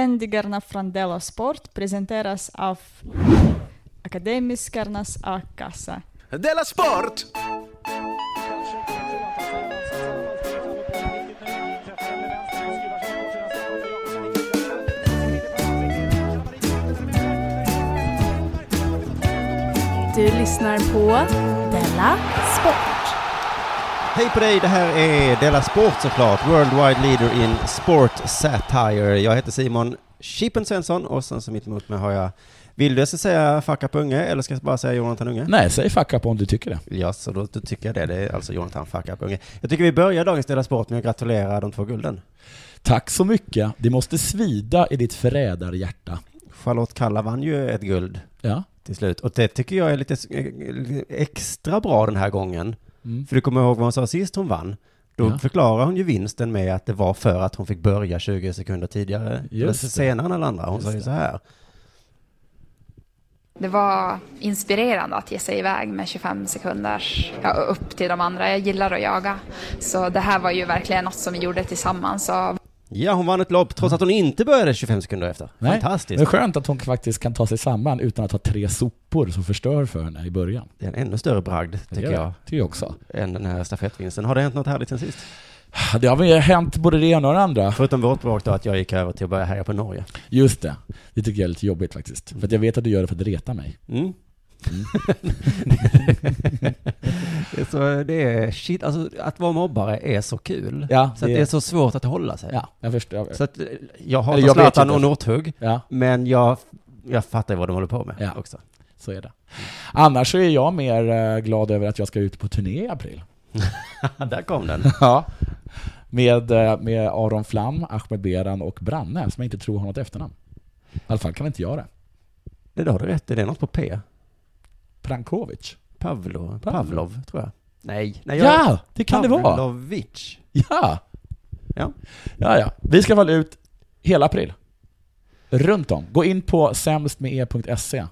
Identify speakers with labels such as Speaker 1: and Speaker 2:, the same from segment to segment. Speaker 1: Sändningarna från Della Sport presenteras av Akademiskarnas A-kassa.
Speaker 2: Della Sport!
Speaker 3: Du lyssnar på Della Sport.
Speaker 4: Hej på dig, det här är Della Sport såklart, worldwide leader in sport satire. Jag heter Simon Chippen Svensson och sen så mitt emot mig har jag, vill du jag ska säga fuck up unge eller ska jag bara säga Jonathan Unge?
Speaker 5: Nej, säg fuck up om du tycker det.
Speaker 4: Ja, så då, då tycker jag det. Det är alltså Jonathan fuck up unge. Jag tycker vi börjar dagens Della Sport med att gratulera de två gulden.
Speaker 5: Tack så mycket. Det måste svida i ditt förrädarhjärta.
Speaker 4: Charlotte Kalla vann ju ett guld
Speaker 5: Ja.
Speaker 4: till slut och det tycker jag är lite eh, extra bra den här gången.
Speaker 5: Mm.
Speaker 4: För du kommer ihåg vad hon sa sist hon vann? Då
Speaker 5: Ja.
Speaker 4: förklarar hon ju vinsten med att det var för att hon fick börja 20 sekunder tidigare.
Speaker 5: Just
Speaker 4: eller
Speaker 5: det.
Speaker 4: senare än alla andra. Hon sa ju så här.
Speaker 6: Det var inspirerande att ge sig iväg med 25 sekunders ja, upp till de andra. Jag gillar att jaga. Så det här var ju verkligen något som vi gjorde tillsammans. Och
Speaker 4: Ja, hon vann ett lopp trots att hon inte började 25 sekunder efter.
Speaker 5: Nej,
Speaker 4: Fantastiskt.
Speaker 5: Men skönt att hon faktiskt kan ta sig samman utan att ha tre sopor som förstör för henne i början.
Speaker 4: Det är en ännu större bragd, tycker
Speaker 5: Det
Speaker 4: jag,
Speaker 5: Tycker jag också.
Speaker 4: än den här stafettvinsten. Har det hänt något härligt sen sist?
Speaker 5: Det har väl hänt både det ena och det andra.
Speaker 4: Förutom vårt bråk då, att jag gick över till att börja heja på Norge.
Speaker 5: Just det. Det tycker jag är lite jobbigt faktiskt. För att jag vet att du gör det för att reta mig.
Speaker 4: Mm. så det är shit, alltså att vara mobbare är så kul.
Speaker 5: Ja,
Speaker 4: så att
Speaker 5: det-
Speaker 4: det är så svårt att hålla sig.
Speaker 5: Ja, jag förstår.
Speaker 4: Så att eh, jag
Speaker 5: Eller
Speaker 4: hatar
Speaker 5: jag vet
Speaker 4: Zlatan
Speaker 5: inte.
Speaker 4: och Northug,
Speaker 5: Ja,
Speaker 4: men jag, jag fattar ju vad de håller på med
Speaker 5: Ja.
Speaker 4: också.
Speaker 5: så är det. Annars så är jag mer eh, glad över att jag ska ut på turné i april.
Speaker 4: Där kom den.
Speaker 5: Ja. Med, eh, med Aron Flam, Ahmed Beran och Branne, som jag inte tror har något efternamn. I alla fall kan inte jag det.
Speaker 4: Det där har du rätt i, det är något på P.
Speaker 5: Prankovic?
Speaker 4: Pavlo, Pavlov, tror jag. Nej, nej
Speaker 5: Ja, det kan det vara.
Speaker 4: Pavlovic.
Speaker 5: Ja.
Speaker 4: Ja.
Speaker 5: ja, ja. Vi ska vara ut hela april. Runt om. Gå in på sämstmed.se.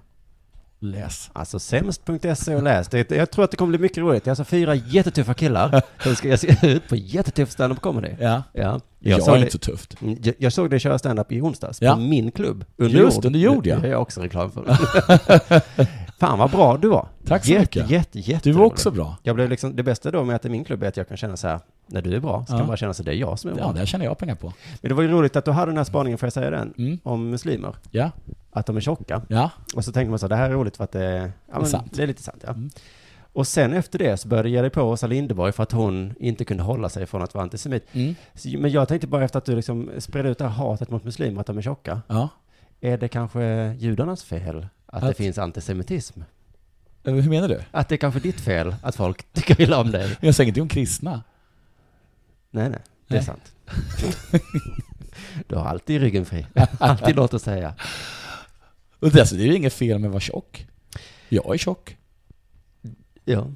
Speaker 5: Läs.
Speaker 4: Alltså sämst.se och läs. Det, jag tror att det kommer bli mycket roligt. Det är alltså fyra jättetuffa killar som ska ge sig ut på jättetuff stand-up comedy.
Speaker 5: Ja.
Speaker 4: Ja.
Speaker 5: Jag,
Speaker 4: Jag, såg
Speaker 5: är
Speaker 4: det,
Speaker 5: inte så tufft.
Speaker 4: Mm, jag, jag såg dig köra stand-up i onsdags
Speaker 5: Ja.
Speaker 4: på min klubb.
Speaker 5: Just under jord, ja.
Speaker 4: Det är jag också reklam för. Fan vad bra du var.
Speaker 5: Tack så
Speaker 4: jätte,
Speaker 5: mycket.
Speaker 4: Jätte, jätte,
Speaker 5: Du var också bra.
Speaker 4: Jag blev liksom, det bästa då med att det är min klubb är att jag kan känna så här, när du är bra, så
Speaker 5: Ja.
Speaker 4: kan man bara känna så det är jag som är bra.
Speaker 5: Ja, det här tjänar jag pengar på.
Speaker 4: Men det var ju roligt att du hade den här spaningen, får jag säga den,
Speaker 5: Mm.
Speaker 4: om muslimer.
Speaker 5: Ja,
Speaker 4: Att de är tjocka.
Speaker 5: ja.
Speaker 4: Och så tänkte man så här, det här är roligt för att det, ja, men, det, är,
Speaker 5: sant.
Speaker 4: lite sant. Mm. Ja. Och sen efter det så började jag ge dig på Åsa Linderborg för att hon inte kunde hålla sig från att vara antisemit.
Speaker 5: Mm.
Speaker 4: Så, men jag tänkte bara efter att du liksom spred ut det här hatet mot muslimer, att de är tjocka.
Speaker 5: ja.
Speaker 4: Är det kanske judarnas fel att, det
Speaker 5: Att-
Speaker 4: finns antisemitism?
Speaker 5: Eh, Hur menar du?
Speaker 4: Att det är kanske ditt fel att folk tycker illa om dig?
Speaker 5: Jag säger ingenting om kristna.
Speaker 4: Nej, nej, det är
Speaker 5: Nej.
Speaker 4: sant. du har alltid ryggen fri. Alltid låt oss säga.
Speaker 5: Och dessutom, det är ju inget fel med att vara tjock. Jag är tjock.
Speaker 4: Ja.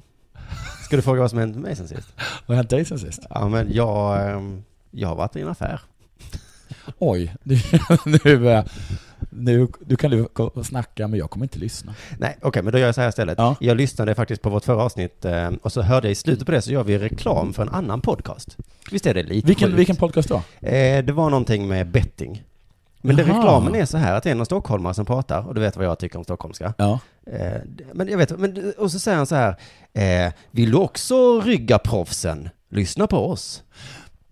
Speaker 4: Ska du fråga vad som hänt med mig sen sist?
Speaker 5: Vad har hänt dig sen sist?
Speaker 4: Ja, men jag, ehm, jag har varit i en affär.
Speaker 5: Oj, nu, nu, eh, nu, nu kan du ko- snacka men jag kommer inte lyssna.
Speaker 4: Nej, okej, men då gör jag så här istället.
Speaker 5: Ja.
Speaker 4: Jag lyssnade faktiskt på vårt förra avsnitt eh, och så hörde jag i slutet på det så gör vi reklam för en annan podcast. Visst är det lite
Speaker 5: Vilken,
Speaker 4: sjukt?
Speaker 5: vilken podcast då?
Speaker 4: eh, Det var någonting med betting. Men det
Speaker 5: Jaha.
Speaker 4: reklamen är så här att det är någon stockholmare som pratar, och du vet vad jag tycker om stockholmska.
Speaker 5: Ja.
Speaker 4: Eh, d- men jag vet, men, d- och så säger han så här, eh, vill du också rygga proffsen? Lyssna på oss.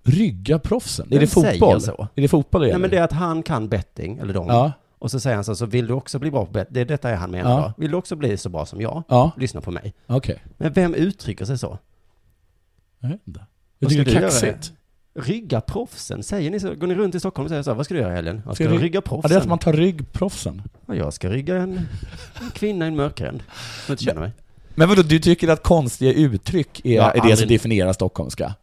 Speaker 5: Rygga proffsen? Är
Speaker 4: Vem
Speaker 5: det
Speaker 4: säger
Speaker 5: fotboll?
Speaker 4: så?
Speaker 5: Är det fotboll det
Speaker 4: Nej
Speaker 5: gäller?
Speaker 4: men det är att han kan betting, eller de.
Speaker 5: Ja.
Speaker 4: Och så säger han så, så vill du också bli bra på betting? Det, detta är han menar
Speaker 5: Ja.
Speaker 4: då. Vill du också bli så bra som jag?
Speaker 5: Ja,
Speaker 4: Lyssna på mig.
Speaker 5: okej.
Speaker 4: Men vem uttrycker sig så?
Speaker 5: Jag vet inte.
Speaker 4: Vad
Speaker 5: Jag tycker
Speaker 4: ska
Speaker 5: det är
Speaker 4: du göra?
Speaker 5: kaxigt.
Speaker 4: Rygga proffsen, säger ni så? Går ni runt i Stockholm och säger så, vad ska du göra i helgen? Jag ska,
Speaker 5: Ska du-
Speaker 4: rygga
Speaker 5: Ja, det är
Speaker 4: proffsen.
Speaker 5: att man tar rygg proffsen.
Speaker 4: Ja, jag ska rygga en en kvinna i en mörkgränd. Som inte känner mig.
Speaker 5: Men vadå, du tycker att konstiga uttryck är,
Speaker 4: Jag har
Speaker 5: är det som
Speaker 4: aldrig-
Speaker 5: definierar stockholmska?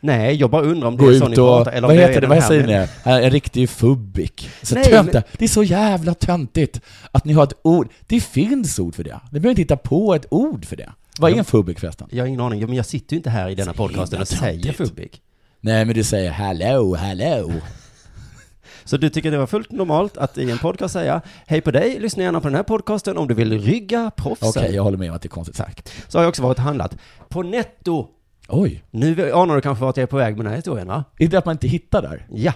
Speaker 4: Nej, jag bara undrar om det
Speaker 5: Gå
Speaker 4: är så ni
Speaker 5: ut och...
Speaker 4: pratar. Eller om
Speaker 5: Vad
Speaker 4: är
Speaker 5: heter det?
Speaker 4: den
Speaker 5: Vad
Speaker 4: här
Speaker 5: säger
Speaker 4: men-
Speaker 5: ni? En riktig fubbik. Så
Speaker 4: Nej,
Speaker 5: töntigt.
Speaker 4: men-
Speaker 5: Det är så jävla töntigt att ni har ett ord. Det finns ord för det. Ni behöver inte hitta på ett ord för det. Vad är en fubbik förresten?
Speaker 4: Jag har ingen aning, Ja, men jag sitter ju inte här i denna podcasten och säger fubbik.
Speaker 5: Nej, men du säger 'hello, hello'
Speaker 4: Så du tycker det var fullt normalt att i en podcast säga Hej på dig, lyssna gärna på den här podcasten om du vill rygga proffsen.
Speaker 5: Okej, jag håller med om att det är konstigt. Tack.
Speaker 4: Så har jag också varit och handlat. På Netto!
Speaker 5: Oj.
Speaker 4: Nu anar du kanske vart jag är på väg med den här historien va?
Speaker 5: Är det att man inte hittar där?
Speaker 4: Ja.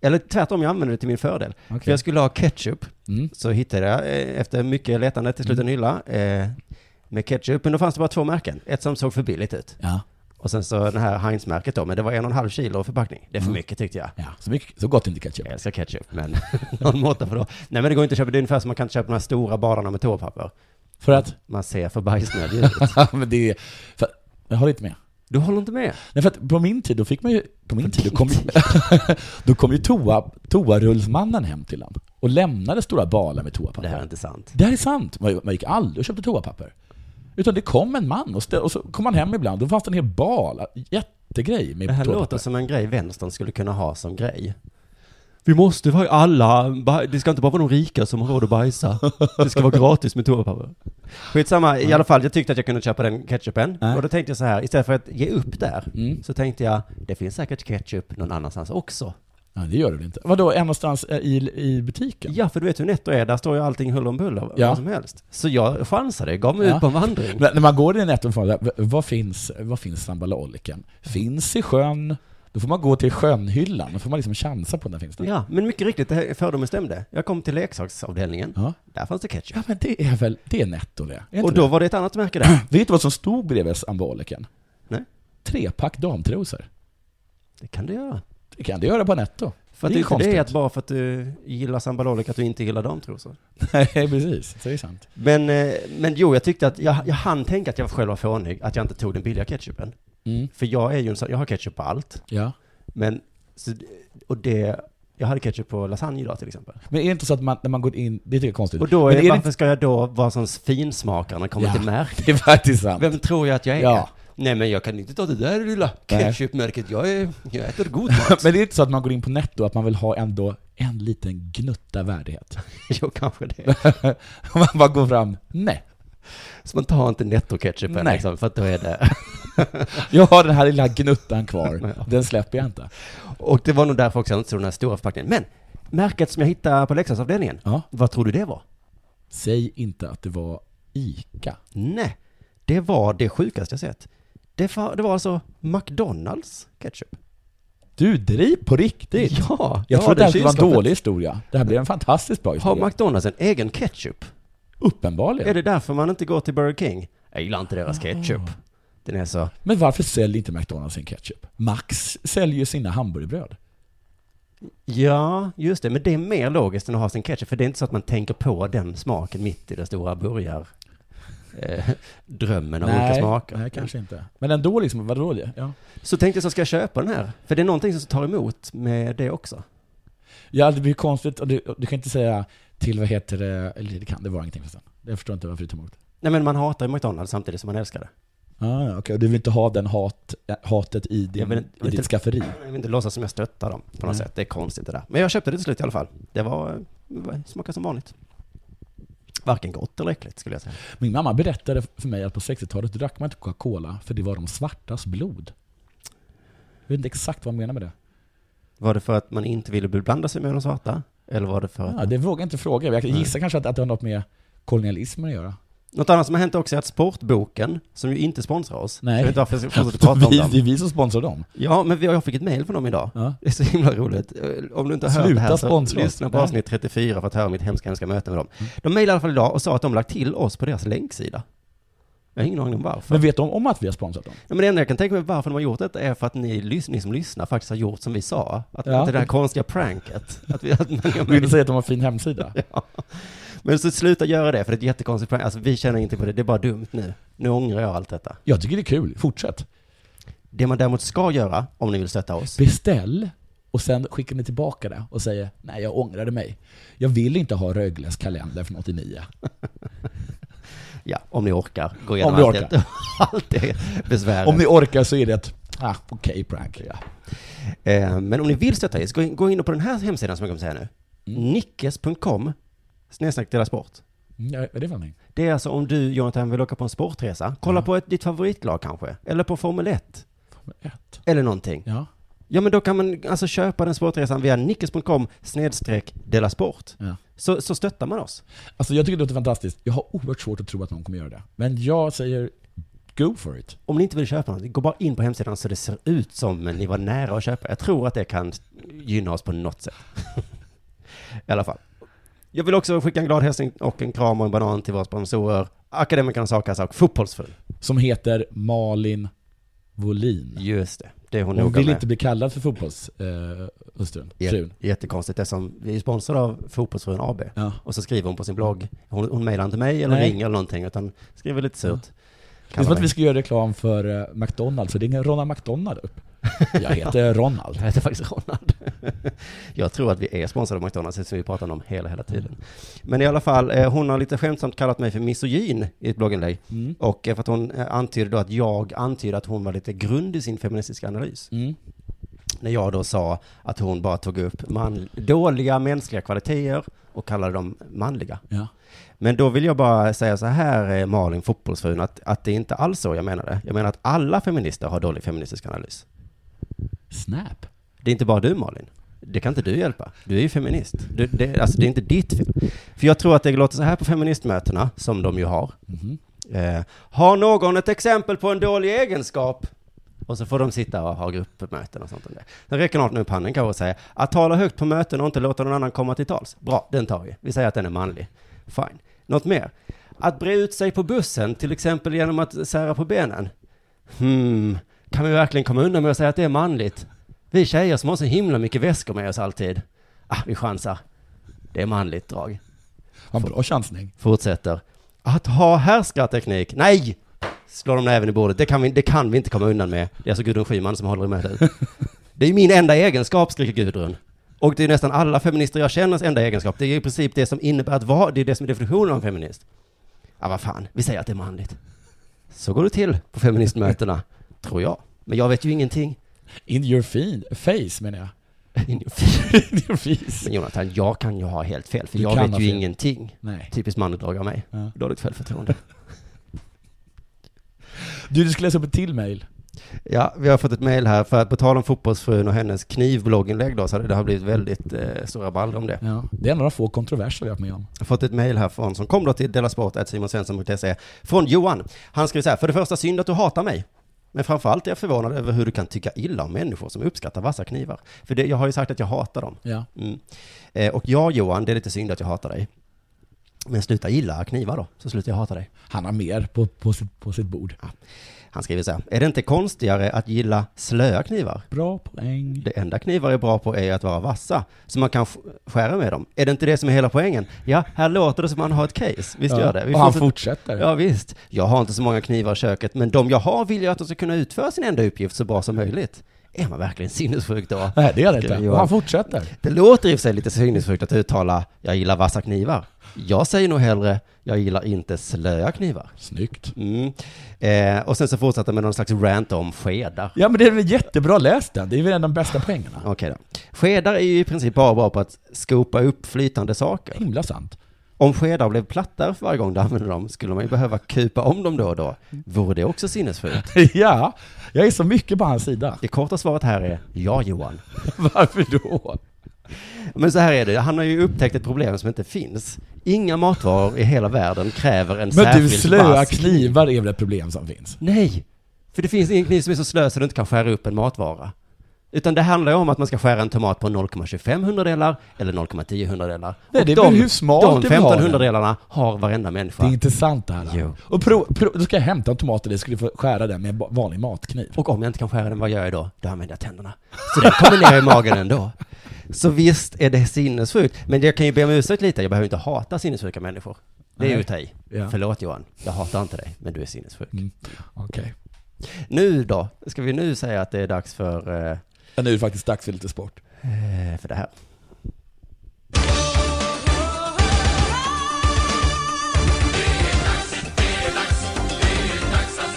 Speaker 4: Eller tvärtom, jag använde det till min fördel. För jag skulle ha ketchup,
Speaker 5: Mm.
Speaker 4: så hittade jag eh, efter mycket letande till slut en hylla eh, med ketchup. Men då fanns det bara två märken. Ett som såg för billigt ut.
Speaker 5: Ja.
Speaker 4: Och sen så det här Heinz-märket då, men det var en och en halv kilo förpackning. Det är för
Speaker 5: Mm.
Speaker 4: mycket tyckte jag.
Speaker 5: ja. Så, mycket, så gott är inte ketchup.
Speaker 4: Jag älskar Eh, ketchup, men någon måtta för då. Nej men det går inte att köpa, det är ungefär som man kan köpa de här stora badarna med toapapper.
Speaker 5: För att...
Speaker 4: Man ser för bajsnödig ut.
Speaker 5: men det är, för, jag håller inte med.
Speaker 4: Du håller inte med?
Speaker 5: Nej, för att på min tid, då fick man ju... På min tid, då kom ju, då kom ju toa, toarullsmannen hem till en och lämnade stora balar med toapapper.
Speaker 4: Det här är inte sant.
Speaker 5: Det här är sant. Man, man gick aldrig och köpte toapapper. Utan det kom en man och, stä- och så kom han hem ibland. Då fanns det en hel bal, jättegrej med
Speaker 4: Det här
Speaker 5: toapapper.
Speaker 4: låter som en grej vänstern skulle kunna ha som grej. Vi måste vara alla, baj- det ska inte bara vara de rika som har råd att bajsa. Det ska vara gratis med toapapper. Skitsamma, i alla fall, jag tyckte att jag kunde köpa den ketchupen.
Speaker 5: Nej.
Speaker 4: Och då tänkte jag så här, istället för att ge upp där,
Speaker 5: Mm.
Speaker 4: så tänkte jag, det finns säkert ketchup någon annanstans också.
Speaker 5: Ja, det gör det väl inte? Vadå, en någonstans eh, i, i butiken?
Speaker 4: Ja, för du vet hur Netto är, där står ju allting huller om buller,
Speaker 5: Ja.
Speaker 4: vad som helst. Så jag chansade, gav mig
Speaker 5: Ja.
Speaker 4: ut på en vandring.
Speaker 5: Men när man går i en ettor och frågar, "V- vad finns, vad finns sambaloliken? Finns i sjön? Då får man gå till sjönhyllan, då får man liksom chansa på om den finns där.
Speaker 4: Ja, men mycket riktigt, det här fördomen stämde. Jag kom till leksaksavdelningen,
Speaker 5: Ja.
Speaker 4: där fanns det ketchup.
Speaker 5: Ja, men det är väl, det är netto det. Är
Speaker 4: Och
Speaker 5: inte
Speaker 4: då var det ett annat märke där.
Speaker 5: det? Vet du vad som stod bredvid sambaloliken?
Speaker 4: Nej.
Speaker 5: Trepack damtrosor.
Speaker 4: Det kan du göra.
Speaker 5: Det kan du göra på netto.
Speaker 4: För att
Speaker 5: det är
Speaker 4: det, inte det
Speaker 5: konstigt.
Speaker 4: är att bara för att du gillar sambalolika att du inte gillar damtrosor.
Speaker 5: Nej, precis. Det är sant.
Speaker 4: Men, eh, men jo, jag tyckte att jag, jag hann tänka att jag själv var fånig, att jag inte tog den billiga ketchupen.
Speaker 5: Mm.
Speaker 4: För jag är ju en sån, jag har ketchup på allt.
Speaker 5: Ja.
Speaker 4: Men, så, och det, jag hade ketchup på lasagne idag till exempel.
Speaker 5: Men är det inte så att man, när man går in, det tycker jag är konstigt.
Speaker 4: Och då
Speaker 5: Typ. Men
Speaker 4: är,
Speaker 5: det,
Speaker 4: varför ska jag då vara sån finsmakare när det kommer
Speaker 5: Ja.
Speaker 4: till märken?
Speaker 5: det är faktiskt sant.
Speaker 4: Vem tror jag att jag är?
Speaker 5: Ja.
Speaker 4: Nej men jag kan inte ta det där lilla
Speaker 5: Nej.
Speaker 4: ketchupmärket, jag, är, jag äter god mat.
Speaker 5: Men det är inte så att man går in på netto att man vill ha ändå en liten gnutta värdighet.
Speaker 4: jo, kanske det.
Speaker 5: man bara går fram, nej,
Speaker 4: Så man tar inte netto-ketchupen
Speaker 5: Nej.
Speaker 4: liksom, för att då är det...
Speaker 5: jag har den här lilla gnuttan kvar, den släpper jag inte.
Speaker 4: Och det var nog därför också jag inte såg den här stora förpackningen. Men, märket som jag hittade på leksaksavdelningen,
Speaker 5: Ja.
Speaker 4: vad tror du det var?
Speaker 5: Säg inte att det var ICA.
Speaker 4: Nej, det var det sjukaste jag sett. Det var, det var alltså McDonalds ketchup.
Speaker 5: Du driv på riktigt!
Speaker 4: Ja,
Speaker 5: Jag
Speaker 4: ja,
Speaker 5: trodde det här
Speaker 4: är
Speaker 5: skulle vara en
Speaker 4: kylskåpet.
Speaker 5: dålig historia. Det här blev en fantastiskt bra
Speaker 4: Har
Speaker 5: historia.
Speaker 4: McDonalds en egen ketchup? Är
Speaker 5: Uppenbarligen.
Speaker 4: det därför man inte går till Burger King? Jag gillar inte deras ketchup. Den är så...
Speaker 5: Men varför säljer inte McDonalds sin ketchup? Max säljer ju sina hamburgerbröd.
Speaker 4: Ja, just det. Men det är mer logiskt än att ha sin ketchup, för det är inte så att man tänker på den smaken mitt i den stora burgar... Eh, drömmen av olika smaker.
Speaker 5: nej, kanske inte. Men ändå liksom, vadå det? Ja.
Speaker 4: Så tänkte jag så ska jag köpa den här? För det är någonting som tar emot med det också.
Speaker 5: Ja, det blir konstigt. Och du, och du kan inte säga till vad heter det, eller det kan det vara ingenting förresten. Jag förstår inte varför du tar emot.
Speaker 4: Nej men man hatar ju McDonalds samtidigt som man älskar det.
Speaker 5: Ah, ja, okej. Och du vill inte ha den hat, äh, hatet i,
Speaker 4: Jag
Speaker 5: din,
Speaker 4: vill inte- jag
Speaker 5: i
Speaker 4: vill
Speaker 5: ditt
Speaker 4: inte-
Speaker 5: skafferi?
Speaker 4: Jag vill inte låtsas som jag stöttar dem på något
Speaker 5: Nej.
Speaker 4: sätt. Det är konstigt det där. Men jag köpte det till slut i alla fall. Det var, eh, det smakade som vanligt. Varken gott eller äckligt skulle jag säga.
Speaker 5: Min mamma berättade för mig att på 60-talet drack man inte Coca-Cola för det var de svartas blod. Jag vet inte exakt vad hon menar med det.
Speaker 4: Var det för att man inte ville beblanda sig med de svarta? Eller var det för att...
Speaker 5: Ja, det vågar jag inte fråga. Jag gissar kanske att, att det har något med kolonialismen att göra.
Speaker 4: Något annat som har hänt också är att Sportboken, som ju inte sponsrar oss.
Speaker 5: Nej.
Speaker 4: Jag vet inte varför jag ska fortsätta prata om
Speaker 5: vi, det är
Speaker 4: dem.
Speaker 5: vi som sponsrar dem.
Speaker 4: Ja, men vi- jag fick ett mail från dem idag.
Speaker 5: Ja.
Speaker 4: Det är så himla roligt. Eh, Om du inte har hört det
Speaker 5: Sluta
Speaker 4: här så
Speaker 5: sponsra oss.
Speaker 4: lyssna på
Speaker 5: Nej. Mm.
Speaker 4: avsnitt 34 för att höra om mitt hemska, hemska möte med dem. De mejlade i alla fall idag och sa att de lagt till oss på deras länksida. Jag har ingen aning om varför.
Speaker 5: Men vet de om att vi har sponsrat dem?
Speaker 4: Ja, men det enda jag kan tänka mig varför de har gjort detta är för att ni, lys- ni som lyssnar faktiskt har gjort som vi sa. Att,
Speaker 5: Ja.
Speaker 4: att det där konstiga pranket. Att vi, att man gör
Speaker 5: Vill du säga att de har en fin hemsida?
Speaker 4: men så sluta göra det, för det är ett jättekonstigt prank. Alltså vi känner inte på det, det är bara dumt nu. Nu ångrar jag allt detta.
Speaker 5: Jag tycker det är kul. Fortsätt.
Speaker 4: Det man däremot ska göra, om ni vill stötta oss,
Speaker 5: Beställ och sen skickar ni tillbaka det och säger nej, jag ångrade mig. Jag vill inte ha Rögles kalender från 89.
Speaker 4: ja, om ni orkar, gå igenom
Speaker 5: ni
Speaker 4: allt,
Speaker 5: orkar.
Speaker 4: Det, allt det besväret.
Speaker 5: Om ni orkar så är det ett ah, okej prank. Ja.
Speaker 4: Eh, Men om ni vill stötta oss, gå in, gå in på den här hemsidan som jag kommer säga nu. Nickes.com snedstreck dela sport.
Speaker 5: Mm, ja, vad är det för någonting?
Speaker 4: Det är alltså om du, Jonathan, vill åka på en sportresa. Kolla på ett, ditt favoritlag kanske. Eller på Formel 1.
Speaker 5: Nummer Ett.
Speaker 4: Eller någonting.
Speaker 5: Ja.
Speaker 4: Ja, men då kan man alltså köpa den sportresan via nickes.com snedstreck dela sport.
Speaker 5: Ja.
Speaker 4: Så, så stöttar man oss.
Speaker 5: Alltså jag tycker det låter fantastiskt. Jag har oerhört svårt att tro att någon kommer göra det. Men jag säger go for it.
Speaker 4: Om ni inte vill köpa något, gå bara in på hemsidan så det ser ut som ni var nära att köpa. Jag tror att det kan gynna oss på något sätt. I alla fall. Jag vill också skicka en glad hälsning och en kram och en banan till våra sponsorer Akademikernas A-kassa och Fotbollsfrun.
Speaker 5: Som heter Malin Wollin.
Speaker 4: Just det, det är hon,
Speaker 5: Hon
Speaker 4: noga
Speaker 5: vill
Speaker 4: med.
Speaker 5: inte bli kallad för eh, fotbollshustrun.
Speaker 4: Jät-
Speaker 5: frun.
Speaker 4: Jättekonstigt eftersom vi är sponsrade av Fotbollsfrun AB.
Speaker 5: Ja.
Speaker 4: Och så skriver hon på sin blogg, hon, hon mejlar inte mig eller
Speaker 5: Nej.
Speaker 4: ringer eller någonting utan skriver lite surt.
Speaker 5: Det är som att vi ska göra reklam för eh, McDonalds, så ringer Ronald McDonald upp. Jag heter Ronald.
Speaker 4: Jag heter faktiskt Ronald. Jag tror att vi är sponsrade av McDonalds eftersom vi pratar om dem hela, hela tiden. Men i alla fall, eh, hon har lite skämtsamt kallat mig för misogyn i ett blogginlägg.
Speaker 5: Mm.
Speaker 4: Och eh, för att hon eh, antydde då att jag antydde att hon var lite grund i sin feministiska analys.
Speaker 5: Mm.
Speaker 4: När jag då sa att hon bara tog upp man, dåliga mänskliga kvaliteter och kallade dem manliga.
Speaker 5: Ja.
Speaker 4: Men då vill jag bara säga så här, eh, Malin, fotbollsfrun, att, att det är inte alls så jag menade. Jag menar att alla feminister har dålig feministisk analys.
Speaker 5: Snap.
Speaker 4: Det är inte bara du Malin. Det kan inte du hjälpa. Du är ju feminist. Du, det, alltså, det är inte ditt fel. För jag tror att det låter så här på feministmötena, som de ju har.
Speaker 5: Mhm.
Speaker 4: Eh, har någon ett exempel på en dålig egenskap? Och så får de sitta och ha gruppmöten och sånt. Om det. Sen räcker någon upp handen kanske och säger att tala högt på möten och inte låta någon annan komma till tals. Bra, den tar vi. Vi säger att den är manlig. Fine. Något mer? Att bre ut sig på bussen, till exempel genom att sära på benen. Hmm, kan vi verkligen komma undan med att säga att det är manligt? Vi tjejer som har så himla mycket väskor med oss alltid. Ah, vi chansar. Det är manligt drag.
Speaker 5: Ja, bra chansning.
Speaker 4: Fortsätter. Att ha härskarteknik? Nej! Slår de näven i bordet. Det kan, vi, det kan vi inte komma undan med. Det är alltså Gudrun Schyman som håller med dig. Det är min enda egenskap, skriker Gudrun. Och det är nästan alla feminister jag känner enda egenskap. Det är i princip det som innebär att vara, det är det som är definitionen av en feminist. Ja, vad fan, vi säger att det är manligt. Så går det till på feministmötena, tror jag. Men jag vet ju ingenting.
Speaker 5: In your fin- face menar jag.
Speaker 4: In your face.
Speaker 5: In your face.
Speaker 4: Men Jonathan, jag kan ju ha helt fel, för
Speaker 5: Du
Speaker 4: jag
Speaker 5: kan
Speaker 4: vet
Speaker 5: ha
Speaker 4: ju
Speaker 5: fel.
Speaker 4: ingenting.
Speaker 5: Nej.
Speaker 4: Typiskt manligt drag av mig.
Speaker 5: Ja.
Speaker 4: Dåligt självförtroende.
Speaker 5: Du, du skulle läsa upp ett till mail.
Speaker 4: Ja, vi har fått ett mejl här, för att på tal om fotbollsfrun och hennes knivblogginlägg då, så hade det har blivit väldigt eh, stora ball om det.
Speaker 5: Ja. Det är en av de få kontroverser vi har varit med om.
Speaker 4: Jag har fått ett mejl här från, som kom då till delasport.simonsvensson.se, från Johan. Han skrev så här, för det första synd att du hatar mig. Men framförallt är jag förvånad över hur du kan tycka illa om människor som uppskattar vassa knivar. För det, jag har ju sagt att jag hatar dem.
Speaker 5: Ja.
Speaker 4: Mm. Eh, och jag Johan, det är lite synd att jag hatar dig. Men sluta gilla knivar då, så slutar jag hata dig.
Speaker 5: Han har mer på, på, sitt, på sitt bord.
Speaker 4: Han skriver så här, är det inte konstigare att gilla slöa knivar?
Speaker 5: Bra poäng.
Speaker 4: Det enda knivar är bra på är ju att vara vassa, så man kan sk- skära med dem. Är det inte det som är hela poängen? Ja, här låter det som att man har ett case. Visst
Speaker 5: ja.
Speaker 4: gör det? Vi
Speaker 5: Och han
Speaker 4: fortsätter-
Speaker 5: fortsätter.
Speaker 4: Ja, visst. Jag har inte så många knivar i köket, men de jag har vill jag att de ska kunna utföra sin enda uppgift så bra som möjligt. Är man verkligen sinnessjuk då?
Speaker 5: Nej, det gör det
Speaker 4: Skriver
Speaker 5: inte.
Speaker 4: Johan.
Speaker 5: Och han fortsätter.
Speaker 4: Det låter i och för sig lite sinnessjukt att uttala ”jag gillar vassa knivar”. Jag säger nog hellre ”jag gillar inte slöa knivar”.
Speaker 5: Snyggt.
Speaker 4: Mm. Eh, och sen så fortsätter med någon slags rant om skedar.
Speaker 5: Ja men det är väl jättebra läst den. Det är väl en av de bästa poängerna.
Speaker 4: Okej då. Skedar är ju i princip bara bra på att skopa upp flytande saker.
Speaker 5: Himla sant.
Speaker 4: Om skedar blev plattare för varje gång du använde dem skulle man ju behöva kupa om dem då och då. Vore det också sinnessjukt?
Speaker 5: ja, jag är så mycket på hans sida.
Speaker 4: Det korta svaret här är ja, Johan.
Speaker 5: Varför då?
Speaker 4: Men så här är det, han har ju upptäckt ett problem som inte finns. Inga matvaror i hela världen kräver en
Speaker 5: Men
Speaker 4: särskild
Speaker 5: du, slöa
Speaker 4: vass-
Speaker 5: knivar är väl ett problem som finns?
Speaker 4: Nej! För det finns ingen kniv som är så slö så du inte kan skära upp en matvara. Utan det handlar ju om att man ska skära en tomat på 0,25 hundradelar eller 0,10 hundradelar.
Speaker 5: Nej,
Speaker 4: Och
Speaker 5: det är
Speaker 4: de,
Speaker 5: väl hur smalt
Speaker 4: de
Speaker 5: du vill ha
Speaker 4: 15
Speaker 5: den.
Speaker 4: hundradelarna har varenda människa.
Speaker 5: Det är intressant det här.
Speaker 4: Jo.
Speaker 5: Och prov, prov, då ska jag hämta en tomat och det skulle få skära den med en ba- vanlig matkniv.
Speaker 4: Och om jag inte kan skära den, vad gör jag då? Då använder jag tänderna. Så den kommer ner i magen ändå. Så visst är det sinnessjukt. Men jag kan ju be om ursäkt lite, jag behöver inte hata sinnessjuka människor. Det är
Speaker 5: Nej.
Speaker 4: ju att ta i.
Speaker 5: Ja.
Speaker 4: Förlåt Johan, jag hatar inte dig, men du är sinnessjuk.
Speaker 5: Mm. Okej.
Speaker 4: Nu då? Ska vi nu säga att det är dags för, eh,
Speaker 5: Ja, nu är det faktiskt dags för lite sport.
Speaker 4: eh, för det här?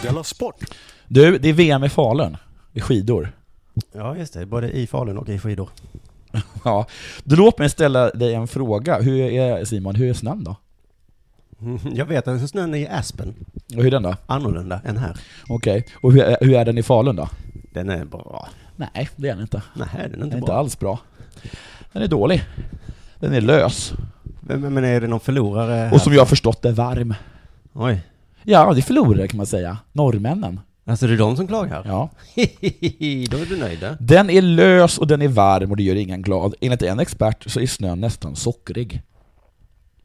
Speaker 2: Della Sport!
Speaker 5: Du, det är VM i Falun. I skidor.
Speaker 4: Ja, just det. Både i Falun och i skidor.
Speaker 5: Ja. Du låt mig ställa dig en fråga. Hur är, Simon, hur är snön då?
Speaker 4: Jag vet att snön är i Aspen
Speaker 5: Och hur är den då?
Speaker 4: annorlunda än här.
Speaker 5: Okej. Och hur är, hur är den i Falun då?
Speaker 4: Den är bra.
Speaker 5: Nej, det är den inte.
Speaker 4: Nej, den är
Speaker 5: Den
Speaker 4: inte
Speaker 5: är inte
Speaker 4: bra.
Speaker 5: alls bra. Den är dålig. Den är lös.
Speaker 4: Men, men är det någon förlorare? här?
Speaker 5: Och som jag har förstått är varm.
Speaker 4: Oj.
Speaker 5: Ja, det är förlorare kan man säga. Norrmännen.
Speaker 4: Alltså det är de som klagar?
Speaker 5: Ja.
Speaker 4: Då är du nöjd eh? där.
Speaker 5: Den är lös och den är varm och det gör ingen glad. Enligt en expert så är snön nästan sockrig.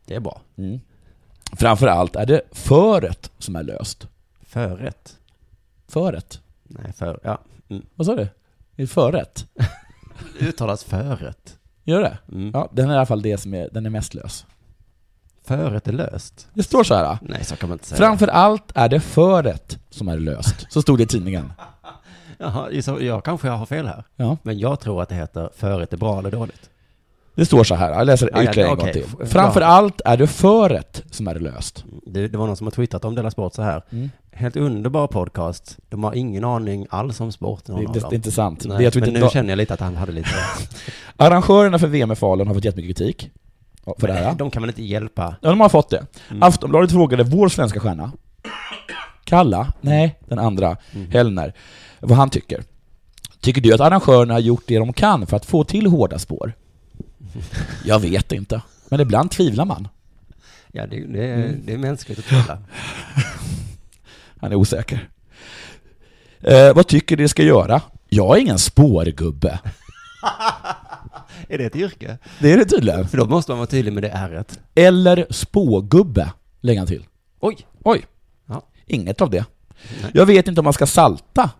Speaker 4: Det är bra.
Speaker 5: Mm. Framförallt är det föret som är löst.
Speaker 4: Förrätt?
Speaker 5: Föret?
Speaker 4: Nej, för... Ja. Mm.
Speaker 5: Vad sa du? Är det förrätt?
Speaker 4: Uttalas förrätt?
Speaker 5: Gör det?
Speaker 4: Mm.
Speaker 5: Ja, den är i alla fall det som är, den är mest lös.
Speaker 4: Förrätt är löst?
Speaker 5: Det står så här.
Speaker 4: Nej, så kan man inte säga.
Speaker 5: Framförallt är det föret som är löst. Så stod det i tidningen.
Speaker 4: Jaha, så jag kanske har fel här.
Speaker 5: Ja.
Speaker 4: Men jag tror att det heter förrätt är bra eller dåligt.
Speaker 5: Det står så här, jag läser
Speaker 4: Ja, ja,
Speaker 5: ytterligare en
Speaker 4: okej.
Speaker 5: gång till.
Speaker 4: Bra.
Speaker 5: Framförallt är det föret som är löst.
Speaker 4: Det, det var någon som har twittrat om Della Sport så här.
Speaker 5: Mm.
Speaker 4: Helt underbar podcast. De har ingen aning alls om sport, någon
Speaker 5: Det,
Speaker 4: av
Speaker 5: det, det
Speaker 4: dem.
Speaker 5: är inte sant.
Speaker 4: Nej,
Speaker 5: det, jag tror
Speaker 4: men
Speaker 5: inte,
Speaker 4: nu
Speaker 5: de,
Speaker 4: känner jag lite att han hade lite...
Speaker 5: Arrangörerna för VM i Falun har fått jättemycket kritik. Ja, För det här.
Speaker 4: de kan väl inte hjälpa?
Speaker 5: Ja, de har fått det. Aftonbladet frågade vår svenska stjärna, Kalla, nej, den andra, Hellner, vad han tycker. Tycker du att arrangörerna har gjort det de kan för att få till hårda spår? Jag vet inte, men ibland tvivlar man.
Speaker 4: Ja, det, det, är-
Speaker 5: Mm.
Speaker 4: det är mänskligt att tvivla.
Speaker 5: Han är osäker. Eh, vad tycker du det ska göra? Jag är ingen spårgubbe.
Speaker 4: Är det ett yrke?
Speaker 5: Det är det tydligen.
Speaker 4: För då måste man vara tydlig med det ärret.
Speaker 5: Eller spågubbe, lägger han till.
Speaker 4: Oj!
Speaker 5: Oj.
Speaker 4: Ja.
Speaker 5: Inget av det.
Speaker 4: Nej.
Speaker 5: Jag vet inte om man ska salta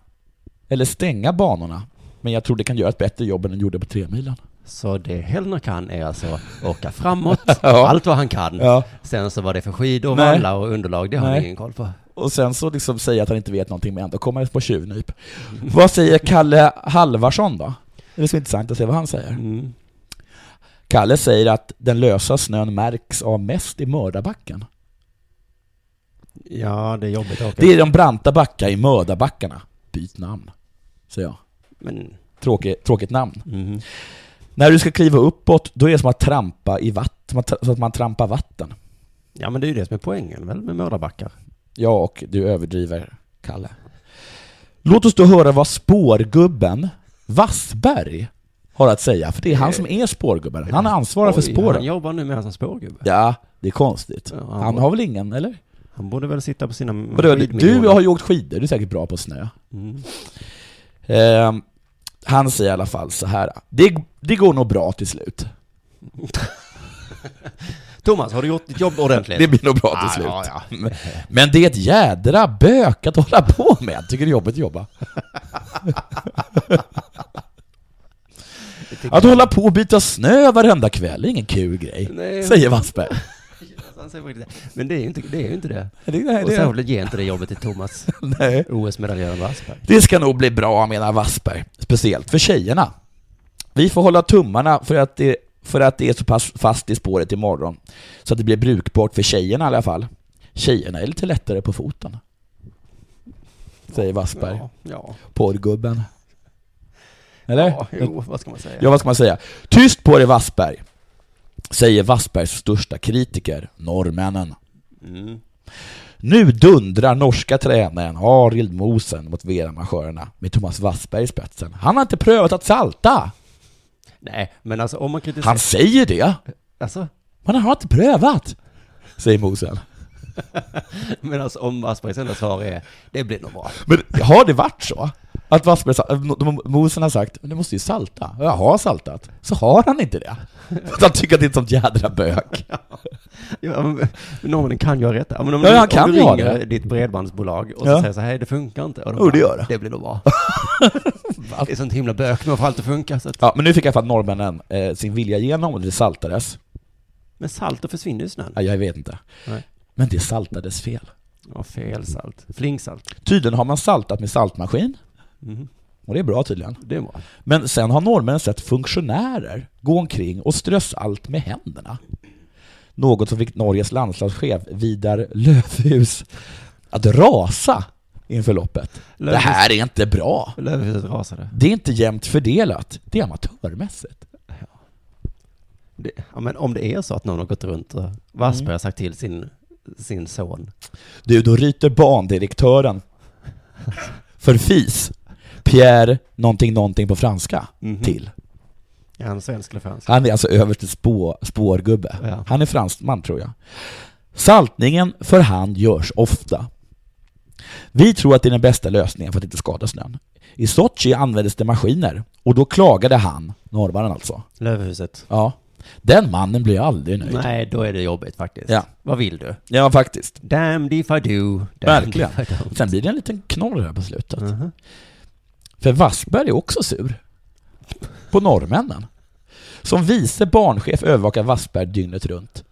Speaker 5: eller stänga banorna, men jag tror det kan göra ett bättre jobb än den gjorde på tremilen.
Speaker 4: Så det Hellner kan är alltså åka framåt,
Speaker 5: Ja.
Speaker 4: allt vad han kan.
Speaker 5: Ja.
Speaker 4: Sen så var det för skidor,
Speaker 5: Nej.
Speaker 4: vallar och underlag, det har han
Speaker 5: Nej.
Speaker 4: ingen koll på.
Speaker 5: Och sen så liksom säga att han inte vet någonting, men ändå kommer han på tjuvnyp. Vad säger Kalle Halvarsson då? Det är så intressant att se vad han säger.
Speaker 4: Mm.
Speaker 5: Kalle säger att den lösa snön märks av mest i mördarbacken.
Speaker 4: Ja, det är jobbigt att åka.
Speaker 5: Det är de branta backar i mördarbackarna. Byt namn, säger jag.
Speaker 4: Men,
Speaker 5: Tråkigt, tråkigt namn.
Speaker 4: mhm.
Speaker 5: När du ska kliva uppåt, då är det som att trampa i vatten, så att man trampar vatten.
Speaker 4: Ja, men det är ju det som är poängen väl med mördarbackar.
Speaker 5: Ja, och du överdriver, Kalle. Låt oss då höra vad spårgubben Wassberg har att säga, för det är han som är spårgubben. Han ansvarar för
Speaker 4: Oj, Han
Speaker 5: spåren.
Speaker 4: jobbar numera som spårgubbe.
Speaker 5: Ja, det är konstigt.
Speaker 4: Ja, han
Speaker 5: Han
Speaker 4: var-
Speaker 5: har väl ingen, eller?
Speaker 4: Han borde väl sitta på sina
Speaker 5: Vadå, du- du
Speaker 4: skidmiljoner.
Speaker 5: har ju åkt skidor, du är säkert bra på snö.
Speaker 4: Mm.
Speaker 5: Ehm, han säger i alla fall så här. Det, det går nog bra till slut.
Speaker 4: Thomas, har du gjort ditt jobb ordentligt?
Speaker 5: Det blir nog bra till
Speaker 4: Ah,
Speaker 5: slut.
Speaker 4: ja, ja.
Speaker 5: Men- Men det är ett jädra bök att hålla på med. Tycker det är jobbigt att jobba. Att hålla på och byta snö varenda kväll är ingen kul grej,
Speaker 4: Nej.
Speaker 5: säger Wassberg.
Speaker 4: Han säger faktiskt det. Men det är ju inte det. Är ju inte det.
Speaker 5: Det, nej,
Speaker 4: Och
Speaker 5: det,
Speaker 4: särskilt ge inte det jobbet till Thomas,
Speaker 5: nej.
Speaker 4: OS-medaljören Wassberg.
Speaker 5: det ska nog bli bra, menar Wassberg. Speciellt för tjejerna. Vi får hålla tummarna för att det, för att det är så pass fast i spåret imorgon, så att det blir brukbart för tjejerna i alla fall. Tjejerna är lite lättare på foten, säger Wassberg.
Speaker 4: Ja, ja.
Speaker 5: Porrgubben. Eller?
Speaker 4: ja jo, vad ska man säga?
Speaker 5: Ja, vad ska man säga? Tyst på dig Wassberg! Säger Wassbergs största kritiker, norrmännen.
Speaker 4: Mm.
Speaker 5: Nu dundrar norska tränaren Arild Mosen mot VM-arrangörerna med Thomas Wassberg i spetsen. Han har inte prövat att salta!
Speaker 4: Nej, men alltså om man kritiserar...
Speaker 5: Han säger det,
Speaker 4: Alltså,
Speaker 5: men han har inte prövat! Säger Mosen.
Speaker 4: men alltså om Wassbergs enda svar är det blir nog bra.
Speaker 5: Men har det varit så? Att Wassberg, sa- äh, de- Mosen har sagt du måste ju salta, jag har saltat. Så har han inte det. För att han tycker att det är ett sånt jädra bök.
Speaker 4: Ja, men norrmännen kan ju ha rätt. Ja, men om
Speaker 5: Ja,
Speaker 4: du,
Speaker 5: han
Speaker 4: om
Speaker 5: kan
Speaker 4: du
Speaker 5: ju ha
Speaker 4: ringer
Speaker 5: det.
Speaker 4: ditt bredbandsbolag och
Speaker 5: Ja.
Speaker 4: så säger så här, det funkar inte. Och de
Speaker 5: Jo, det gör det.
Speaker 4: Det blir nog bra. det är sånt himla bök med att få allt att funka. Så att,
Speaker 5: Ja, men nu fick i alla fall norrmännen eh, sin vilja igenom och det saltades.
Speaker 4: Men saltet försvinner ju i snön.
Speaker 5: Ja, jag vet inte.
Speaker 4: Nej.
Speaker 5: Men det saltades fel.
Speaker 4: Ja, fel salt. Flingsalt.
Speaker 5: Tydligen har man saltat med saltmaskin.
Speaker 4: Mhm.
Speaker 5: Och det är bra tydligen.
Speaker 4: Det är bra.
Speaker 5: Men sen har norrmännen sett funktionärer gå omkring och strö salt med händerna. Något som fick Norges landslagschef Vidar Löfhus att rasa inför loppet. Det
Speaker 4: Löfhus-
Speaker 5: här är inte bra.
Speaker 4: Lövhuset rasade.
Speaker 5: Det är inte jämnt fördelat. Det är amatörmässigt.
Speaker 4: Det, ja, men om det är så att någon har gått runt och Wassberg har sagt till sin, sin son.
Speaker 5: Du, då ryter bandirektören för fis Pierre någonting någonting på franska
Speaker 4: Mhm.
Speaker 5: till.
Speaker 4: Är han svensk eller fransk?
Speaker 5: Han är alltså överste spå, spårgubbe.
Speaker 4: Ja.
Speaker 5: Han är fransman tror jag. Saltningen för hand görs ofta. Vi tror att det är den bästa lösningen för att inte skada snön. I Sochi användes det maskiner och då klagade han, norrmannen alltså.
Speaker 4: Lövhuset.
Speaker 5: Ja. Den mannen blir aldrig nöjd.
Speaker 4: Nej, då är det jobbigt faktiskt.
Speaker 5: Ja.
Speaker 4: Vad vill du?
Speaker 5: Ja, faktiskt.
Speaker 4: Damned if I do. damned
Speaker 5: Verkligen.
Speaker 4: if I don't.
Speaker 5: Sen blir det en liten knorr här på slutet.
Speaker 4: Mhm.
Speaker 5: För Wassberg är också sur. På norrmännen. Som vice barnchef övervakar Wassberg dygnet runt.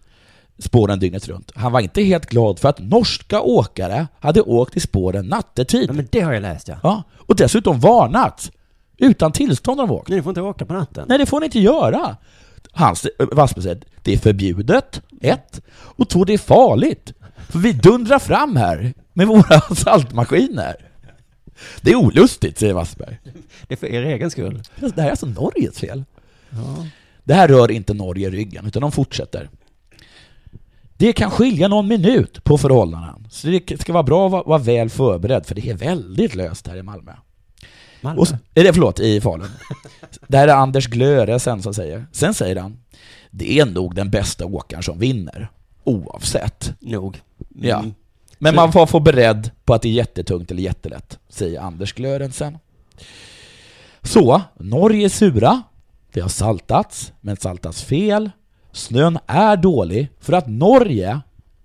Speaker 5: Spåren dygnet runt. Han var inte helt glad för att norska åkare hade åkt i spåren nattetid.
Speaker 4: Ja, men det har jag läst ja.
Speaker 5: Ja, och dessutom varnat. Utan tillstånd har de åkt.
Speaker 4: Ni får inte åka på natten.
Speaker 5: Nej, det får ni inte göra. Hans, äh, Wassberg säger, det är förbjudet, ett. Och två, det är farligt. För vi dundrar fram här med våra saltmaskiner. Det är olustigt, säger Wassberg.
Speaker 4: Det är för er egen skull.
Speaker 5: Det här är alltså Norges fel. Det här rör inte Norge ryggen, utan de fortsätter. Det kan skilja någon minut på förhållandena, så det ska vara bra att vara- vara väl förberedd, för det är väldigt löst här i Malmö.
Speaker 4: Malmö.
Speaker 5: Och, s- är det, förlåt, i Falun. Det här är Anders Glöresen som säger. Sen säger han, det är nog den bästa åkaren som vinner, oavsett.
Speaker 4: Nog.
Speaker 5: Ja. Men man får vara beredd på att det är jättetungt eller jättelätt, säger Anders Glörensen. Så, Norge är sura. Det har saltats, men saltats fel. Snön är dålig för att Norge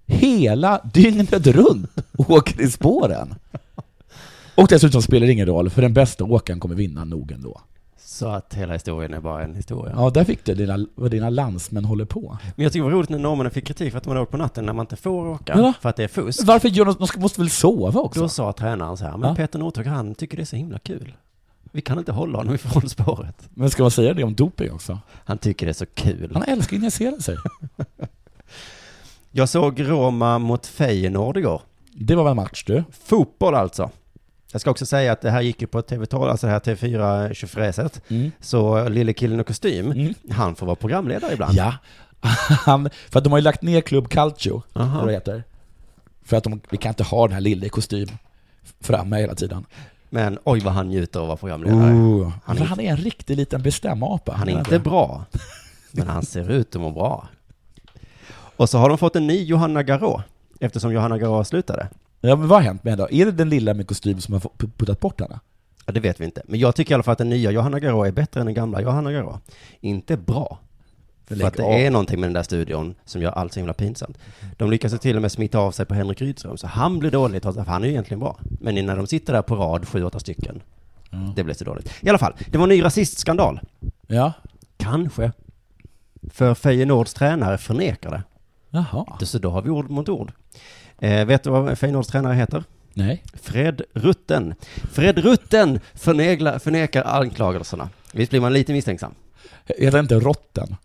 Speaker 5: hela dygnet runt åker i spåren. Och dessutom spelar det ingen roll, för den bästa åkaren kommer vinna nog ändå.
Speaker 4: Så att hela historien är bara en historia.
Speaker 5: Ja, där fick du dina, vad dina landsmän håller på.
Speaker 4: Men jag tycker det var roligt när norrmännen fick kritik för att man åker på natten när man inte får åka.
Speaker 5: Ja.
Speaker 4: För att det är fusk.
Speaker 5: Varför gör de, de ska- måste väl sova också?
Speaker 4: Då sa tränaren så här, men
Speaker 5: Ja.
Speaker 4: Peter Northug han tycker det är så himla kul. Vi kan inte hålla honom ifrån spåret.
Speaker 5: Men ska man säga det om doping också?
Speaker 4: Han tycker det är så kul.
Speaker 5: Han älskar att injicera sig.
Speaker 4: Jag såg Roma mot Feyenoord igår.
Speaker 5: Det var väl en match du?
Speaker 4: Fotboll alltså. Jag ska också säga att det här gick ju på TV12, alltså det här TV4 tjofräset. Så lille killen och kostym,
Speaker 5: Mm.
Speaker 4: han får vara programledare ibland.
Speaker 5: Ja. Han, för att de har ju lagt ner Club Calcio,
Speaker 4: Aha.
Speaker 5: vad det heter. För att de, vi kan inte ha den här lille i kostym framme hela tiden.
Speaker 4: Men oj vad han njuter av att vara programledare.
Speaker 5: Oh,
Speaker 4: Han
Speaker 5: han,
Speaker 4: är-
Speaker 5: är, han är en riktig liten bestämapa.
Speaker 4: Han är inte bra, men han ser ut att må bra. Och så har de fått en ny Johanna Garå, eftersom Johanna Garå slutade.
Speaker 5: Ja, men vad har hänt med henne då? Är det den lilla med kostym som har fått- puttat bort henne?
Speaker 4: Ja, det vet vi inte. Men jag tycker i alla fall att den nya Johanna Garå är bättre än den gamla Johanna Garå. Inte bra. För
Speaker 5: Lägg
Speaker 4: att det
Speaker 5: av.
Speaker 4: är någonting med den där studion som gör allt så himla pinsamt. De lyckas ju till och med smitta av sig på Henrik Rydström, så han blir dålig trots att han är ju egentligen bra. Men när de sitter där på rad, sju, åtta stycken,
Speaker 5: Mm.
Speaker 4: det blir så dåligt. I alla fall, det var en ny rasistskandal.
Speaker 5: Ja.
Speaker 4: Kanske. För Feyenoords tränare förnekar det.
Speaker 5: Jaha.
Speaker 4: Så då har vi ord mot ord. Eh, vet du vad Feyenoords tränare heter?
Speaker 5: Nej.
Speaker 4: Fred Rutten. Fred Rutten förnegla, förnekar anklagelserna. Visst blir man lite misstänksam?
Speaker 5: Heter inte Rotten?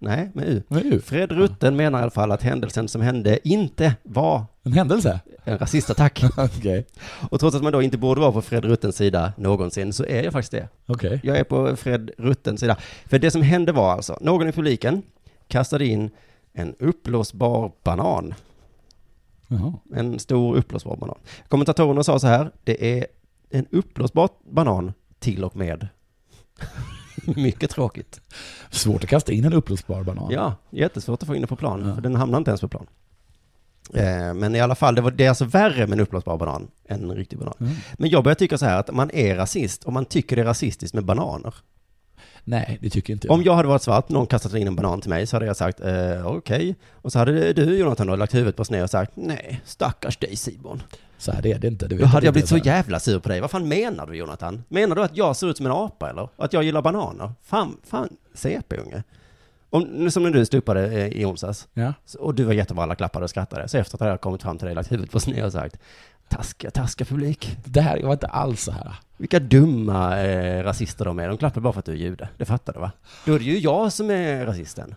Speaker 4: Nej, med U.
Speaker 5: Vad är det?
Speaker 4: Fred Rutten menar i alla fall att händelsen som hände inte var
Speaker 5: En händelse?
Speaker 4: en rasistattack.
Speaker 5: Okej.
Speaker 4: Och trots att man då inte borde vara på Fred Ruttens sida någonsin så är jag faktiskt det.
Speaker 5: Okej.
Speaker 4: Jag är på Fred Ruttens sida. För det som hände var alltså, någon i publiken kastade in en uppblåsbar banan.
Speaker 5: Jaha.
Speaker 4: En stor uppblåsbar banan. Kommentatorerna sa så här, det är en uppblåsbar banan till och med. Mycket tråkigt.
Speaker 5: Svårt att kasta in en uppblåsbar banan.
Speaker 4: Ja, jättesvårt att få in den på plan,
Speaker 5: Ja.
Speaker 4: för den hamnar inte ens på plan. Eh, Men i alla fall, det, var, det är alltså värre med en uppblåsbar banan än en riktig banan.
Speaker 5: Mm.
Speaker 4: Men jag börjar tycka så här att man är rasist om man tycker det är rasistiskt med bananer.
Speaker 5: Nej, det tycker inte jag.
Speaker 4: Om jag hade varit svart, någon kastat in en banan till mig, så hade jag sagt eh, okej. Och så hade du, Jonathan, då, lagt huvudet på sned och sagt nej, stackars dig Simon.
Speaker 5: Så här är det inte. Du vet
Speaker 4: Då
Speaker 5: att
Speaker 4: hade
Speaker 5: det
Speaker 4: jag blivit
Speaker 5: inte
Speaker 4: så
Speaker 5: är här.
Speaker 4: jävla sur på dig. Vad fan menar du Jonathan? Menar du att jag ser ut som en apa eller? Att jag gillar bananer? Fan, fan, CP-unge. Om, som när du stupade eh, i onsdags.
Speaker 5: Ja.
Speaker 4: Så- Och du var jättebra, alla klappade och skrattade. Så efter att jag hade kommit fram till dig, lagt huvudet på sned och sagt taskiga, taskiga publik.
Speaker 5: Det här var inte alls så här.
Speaker 4: Vilka dumma eh, rasister de är. De klappar bara för att du är jude. Det fattar du va? Då är det ju jag som är rasisten.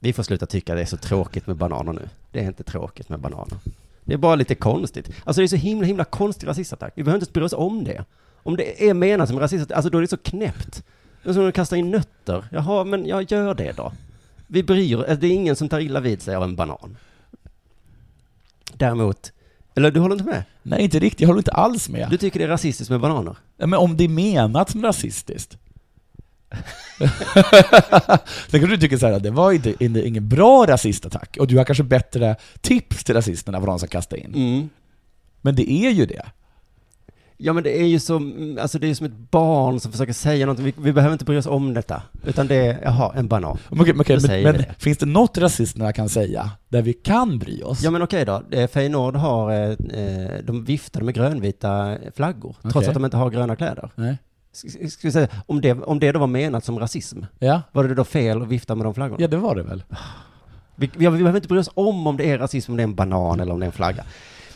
Speaker 4: Vi får sluta tycka det är så tråkigt med bananer nu. Det är inte tråkigt med bananer. Det är bara lite konstigt. Alltså det är så himla, himla konstig rasistattack. Vi behöver inte ens bry oss om det. Om det är menat som rasistiskt, alltså då är det så knäppt. Det är som att kasta in nötter. Jaha, men jag gör det då. Vi bryr alltså, det är ingen som tar illa vid sig av en banan. Däremot, eller du håller inte med?
Speaker 5: Nej, inte riktigt. Jag håller inte alls med.
Speaker 4: Du tycker det är rasistiskt med bananer?
Speaker 5: Ja, Men om det är menat som rasistiskt. Sen kanske du tycker så här, att det var inte, inte, ingen bra rasistattack, och du har kanske bättre tips till rasisterna vad de ska kasta in.
Speaker 4: Mm.
Speaker 5: Men det är ju det.
Speaker 4: Ja men det är ju som, alltså det är ju som ett barn som försöker säga något, vi, vi behöver inte bry oss om detta. Utan det är, jaha, en banan.
Speaker 5: Men Okej, men okej,
Speaker 4: Då
Speaker 5: men,
Speaker 4: säger
Speaker 5: men
Speaker 4: vi
Speaker 5: finns det något rasisterna kan säga där vi kan bry oss?
Speaker 4: Ja men okej då, Eh, Feyenoord har, eh, eh, de viftade med grönvita flaggor, trots
Speaker 5: Okej.
Speaker 4: att de inte har gröna kläder.
Speaker 5: Nej.
Speaker 4: S- s- Ska vi säga, om det, om det då var menat som rasism,
Speaker 5: Ja?
Speaker 4: var det då fel att vifta med de flaggorna?
Speaker 5: ja, det var det väl.
Speaker 4: Vi, vi, vi behöver inte bry oss om om det är rasism, om det är en banan eller om det är en flagga.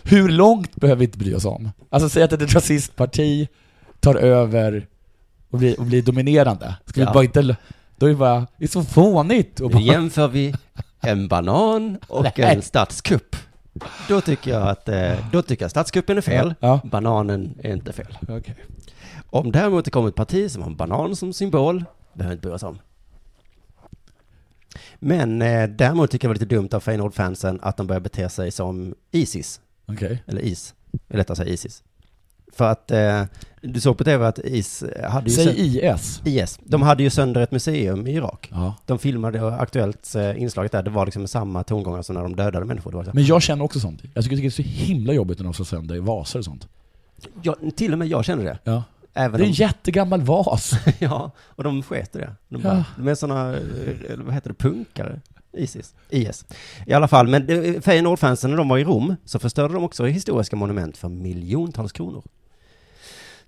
Speaker 5: Hur långt behöver vi inte bry oss om? Alltså säg att ett rasistparti tar över och blir, och blir dominerande. Ska vi
Speaker 4: Ja.
Speaker 5: bara inte... l- Då är det bara... Det är så fånigt och bara,
Speaker 4: Nu jämför vi en banan och
Speaker 5: Nej.
Speaker 4: en statskupp. Då tycker jag att, eh, då tycker jag statskuppen är fel,
Speaker 5: Ja.
Speaker 4: bananen är inte fel.
Speaker 5: Okej.
Speaker 4: Om däremot det kommer ett parti som har en banan som symbol, behöver inte bry oss om. Men eh, däremot tycker jag det var lite dumt av Feyenoord-fansen att de börjar bete sig som Isis,
Speaker 5: Okej.
Speaker 4: eller IS, eller rättare sagt Isis. För att eh, du såg på tv att IS hade ju... sö-
Speaker 5: Säg IS.
Speaker 4: IS, de hade ju sönder ett museum i Irak.
Speaker 5: Ja.
Speaker 4: De filmade och Aktuellt eh, inslaget där, det var liksom samma tongångar som när de dödade människor. Det var så. här-
Speaker 5: Men jag känner också sånt. Jag tycker det är så himla jobbigt när de slår sönder vaser och sånt.
Speaker 4: Jag, till och med jag känner det.
Speaker 5: Ja. Det
Speaker 4: Även
Speaker 5: är en
Speaker 4: om,
Speaker 5: jättegammal vas.
Speaker 4: ja, och de sket i det. De,
Speaker 5: Ja.
Speaker 4: bara, de är sådana, eh, eller vad heter det, punkare? Isis? IS. I alla fall, men eh, Feyenoord-fansen när de var i Rom så förstörde de också historiska monument för miljontals kronor.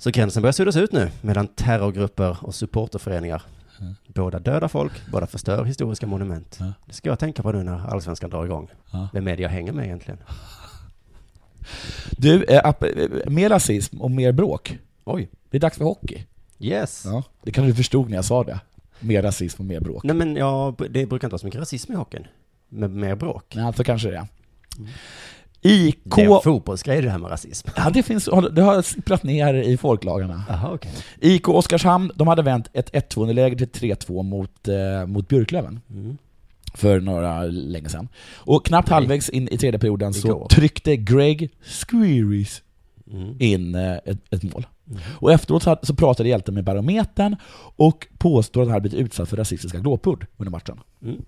Speaker 4: Så gränsen börjar suddas ut nu medan terrorgrupper och supporterföreningar
Speaker 5: Mm.
Speaker 4: båda dödar folk, båda förstör historiska monument.
Speaker 5: Ja.
Speaker 4: Det ska jag tänka på nu när allsvenskan drar igång.
Speaker 5: Ja.
Speaker 4: Vem är det jag hänger med egentligen?
Speaker 5: Du, eh, app- eh, mer rasism och mer bråk.
Speaker 4: Oj.
Speaker 5: Det är dags för hockey.
Speaker 4: Yes.
Speaker 5: Det kanske du förstod när jag sa det. Mer rasism och mer bråk.
Speaker 4: Nej men ja, det brukar inte vara så mycket rasism i hockeyn. Men mer bråk.
Speaker 5: Nej, alltså kanske det. IK...
Speaker 4: Mm. Det är en fotbollsgrej det här med rasism.
Speaker 5: Ja, det, finns, det har sipprat ner i folklagarna.
Speaker 4: Jaha, okej.
Speaker 5: IK Oskarshamn, de hade vänt ett 1-2 underläge till 3-2 mot, eh, mot Björklöven
Speaker 4: Mm.
Speaker 5: för några länge sedan. Och knappt halvvägs in i tredje perioden så
Speaker 4: Igår.
Speaker 5: tryckte Greg Squeeries
Speaker 4: Mm.
Speaker 5: in eh, ett, ett mål. Och efteråt så, så pratade hjälten med Barometern och påstår att han hade blivit utsatt för rasistiska glåpord under matchen.
Speaker 4: Mm.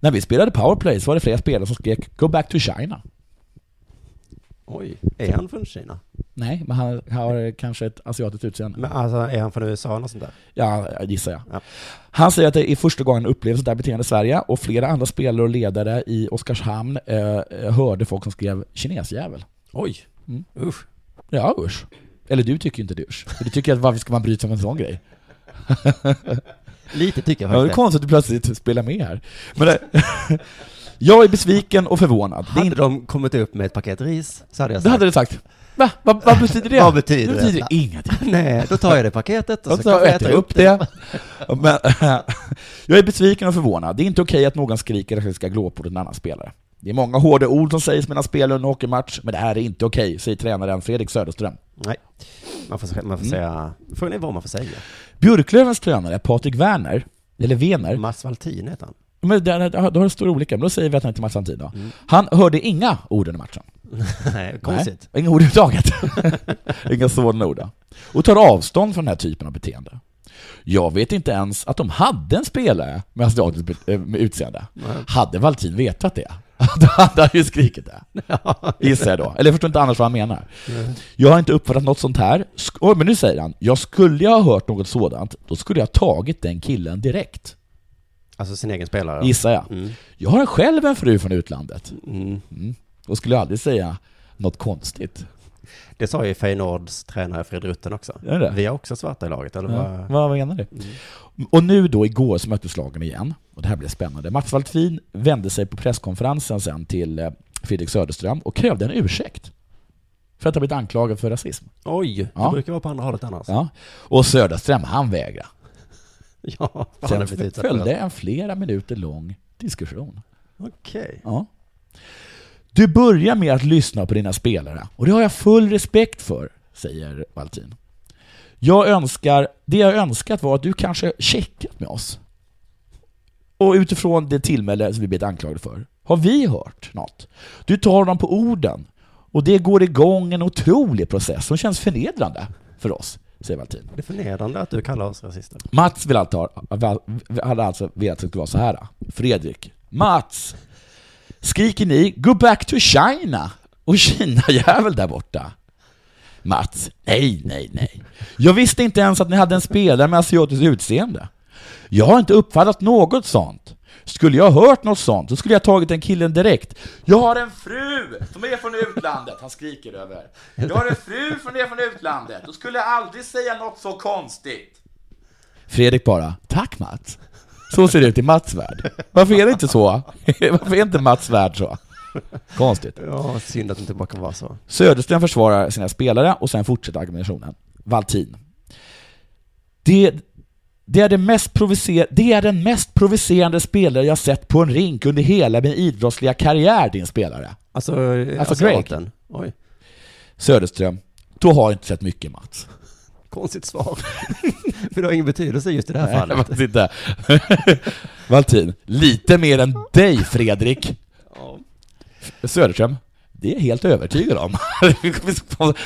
Speaker 5: När vi spelade powerplay så var det flera spelare som skrek 'Go back to China'
Speaker 4: Oj, är han från Kina?
Speaker 5: Nej, men han har kanske ett asiatiskt utseende.
Speaker 4: Men alltså, är han från USA eller något sånt där?
Speaker 5: Ja, gissar jag.
Speaker 4: Ja.
Speaker 5: Han säger att det är första gången han upplever sånt där beteende i Sverige och flera andra spelare och ledare i Oskarshamn eh, hörde folk som skrev 'kinesjävel'
Speaker 4: Oj,
Speaker 5: Mm.
Speaker 4: usch.
Speaker 5: Ja, usch. Eller du tycker ju inte det usch. För Du tycker att varför ska man bry sig om en sån grej?
Speaker 4: Lite tycker jag
Speaker 5: Ja, det är
Speaker 4: faktiskt.
Speaker 5: konstigt att du plötsligt spelar med här. Men, eh, jag är besviken och förvånad. Det, är
Speaker 4: Hade
Speaker 5: inte,
Speaker 4: de kommit upp med ett paket ris så hade jag
Speaker 5: det
Speaker 4: sagt
Speaker 5: hade du sagt. Va? Vad, vad betyder det?
Speaker 4: Vad betyder
Speaker 5: det? betyder
Speaker 4: detta?
Speaker 5: ingenting.
Speaker 4: nej, då tar jag det paketet och
Speaker 5: Och
Speaker 4: så,
Speaker 5: så
Speaker 4: kan jag
Speaker 5: äter
Speaker 4: äta
Speaker 5: jag upp
Speaker 4: det.
Speaker 5: det. Men, jag är besviken och förvånad. Det är inte okej att någon skriker rasistiska glåpord åt en annan spelare. Det är många hårda ord som sägs mellan spelare under en hockeymatch, men det här är inte okej, säger tränaren Fredrik Söderström.
Speaker 4: Nej, man får, man får säga, frågan är vad man får säga.
Speaker 5: Björklövens tränare Patrik Werner, eller Wener,
Speaker 4: Mats Valtin heter han.
Speaker 5: men där, där, då har det stor olika, men då säger vi att han heter Mats Antin då. Han hörde inga ord under matchen.
Speaker 4: Nej, konstigt.
Speaker 5: Nej, inga ord överhuvudtaget. inga sådana ord. Och tar avstånd från den här typen av beteende. Jag vet inte ens att de hade en spelare med asiatiskt be- eh, med utseende. Hade Valtin vetat det? Då hade han ju skrikit det. Gissar jag då. Eller jag förstår inte annars vad han menar. Jag har inte uppfattat något sånt här. Sk- Oj, men nu säger han, jag skulle jag ha hört något sådant, då skulle jag ha tagit den killen direkt.
Speaker 4: Alltså sin egen spelare.
Speaker 5: Gissar jag. Jag har själv en fru från utlandet.
Speaker 4: Mm.
Speaker 5: Och skulle aldrig säga något konstigt.
Speaker 4: Det sa ju Feyenoords tränare Fred Rutten också.
Speaker 5: Är det?
Speaker 4: Vi har också svarta i laget, eller
Speaker 5: Ja,
Speaker 4: vad?
Speaker 5: vad vad menar du? Och nu då igår så möttes lagen igen, och det här blev spännande. Mats Valtvin vände sig på presskonferensen sen till eh, Fredrik Söderström och krävde en ursäkt. För att ha blivit anklagad för rasism.
Speaker 4: Oj,
Speaker 5: Ja.
Speaker 4: det brukar vara på andra hållet annars. Ja,
Speaker 5: Ja. Och Söderström, han vägrade.
Speaker 4: ja fan, det
Speaker 5: Sen
Speaker 4: betyder så
Speaker 5: följde en flera minuter lång diskussion.
Speaker 4: Okej.
Speaker 5: Ja. Du börjar med att lyssna på dina spelare, och det har jag full respekt för, säger Valtin. Jag önskar, det jag önskat var att du kanske checkat med oss. Och utifrån det tillmäle som vi blivit anklagade för, har vi hört något? Du tar dem på orden, och det går igång en otrolig process som känns förnedrande för oss. säger Valtin.
Speaker 4: Det är förnedrande att du kallar oss rasister.
Speaker 5: Mats vill alltid ha, hade alltså velat att det skulle vara så här. Fredrik. Mats! Skriker ni 'Go back to China' och Kina-jävel där borta? Mats. Nej, nej, nej. Jag visste inte ens att ni hade en spelare med asiatiskt utseende. Jag har inte uppfattat något sånt. Skulle jag ha hört något sånt, då skulle jag ha tagit den killen direkt. Jag har en fru som är från utlandet! Han skriker över. Jag har en fru som är från utlandet, då skulle jag aldrig säga något så konstigt. Fredrik bara, tack Mats. Så ser det ut i Mats värld. Varför är det inte så? Varför är inte Mats värld så? Konstigt.
Speaker 4: Ja, synd att det inte bara kan vara så.
Speaker 5: Söderström försvarar sina spelare och sen fortsätter argumentationen. Valtin. Det, det, är det, mest provocer- det är den mest provocerande spelare jag sett på en rink under hela min idrottsliga karriär, din spelare.
Speaker 4: Alltså, alltså,
Speaker 5: Greg.
Speaker 4: Asiaten. Oj,
Speaker 5: Söderström. Du har inte sett mycket Mats.
Speaker 4: konstigt svar. För det har ingen betydelse just i det här
Speaker 5: Nej,
Speaker 4: fallet.
Speaker 5: faktiskt inte. Valtin. Lite mer än dig Fredrik. Söderström. Det är jag helt övertygad om. Det kommer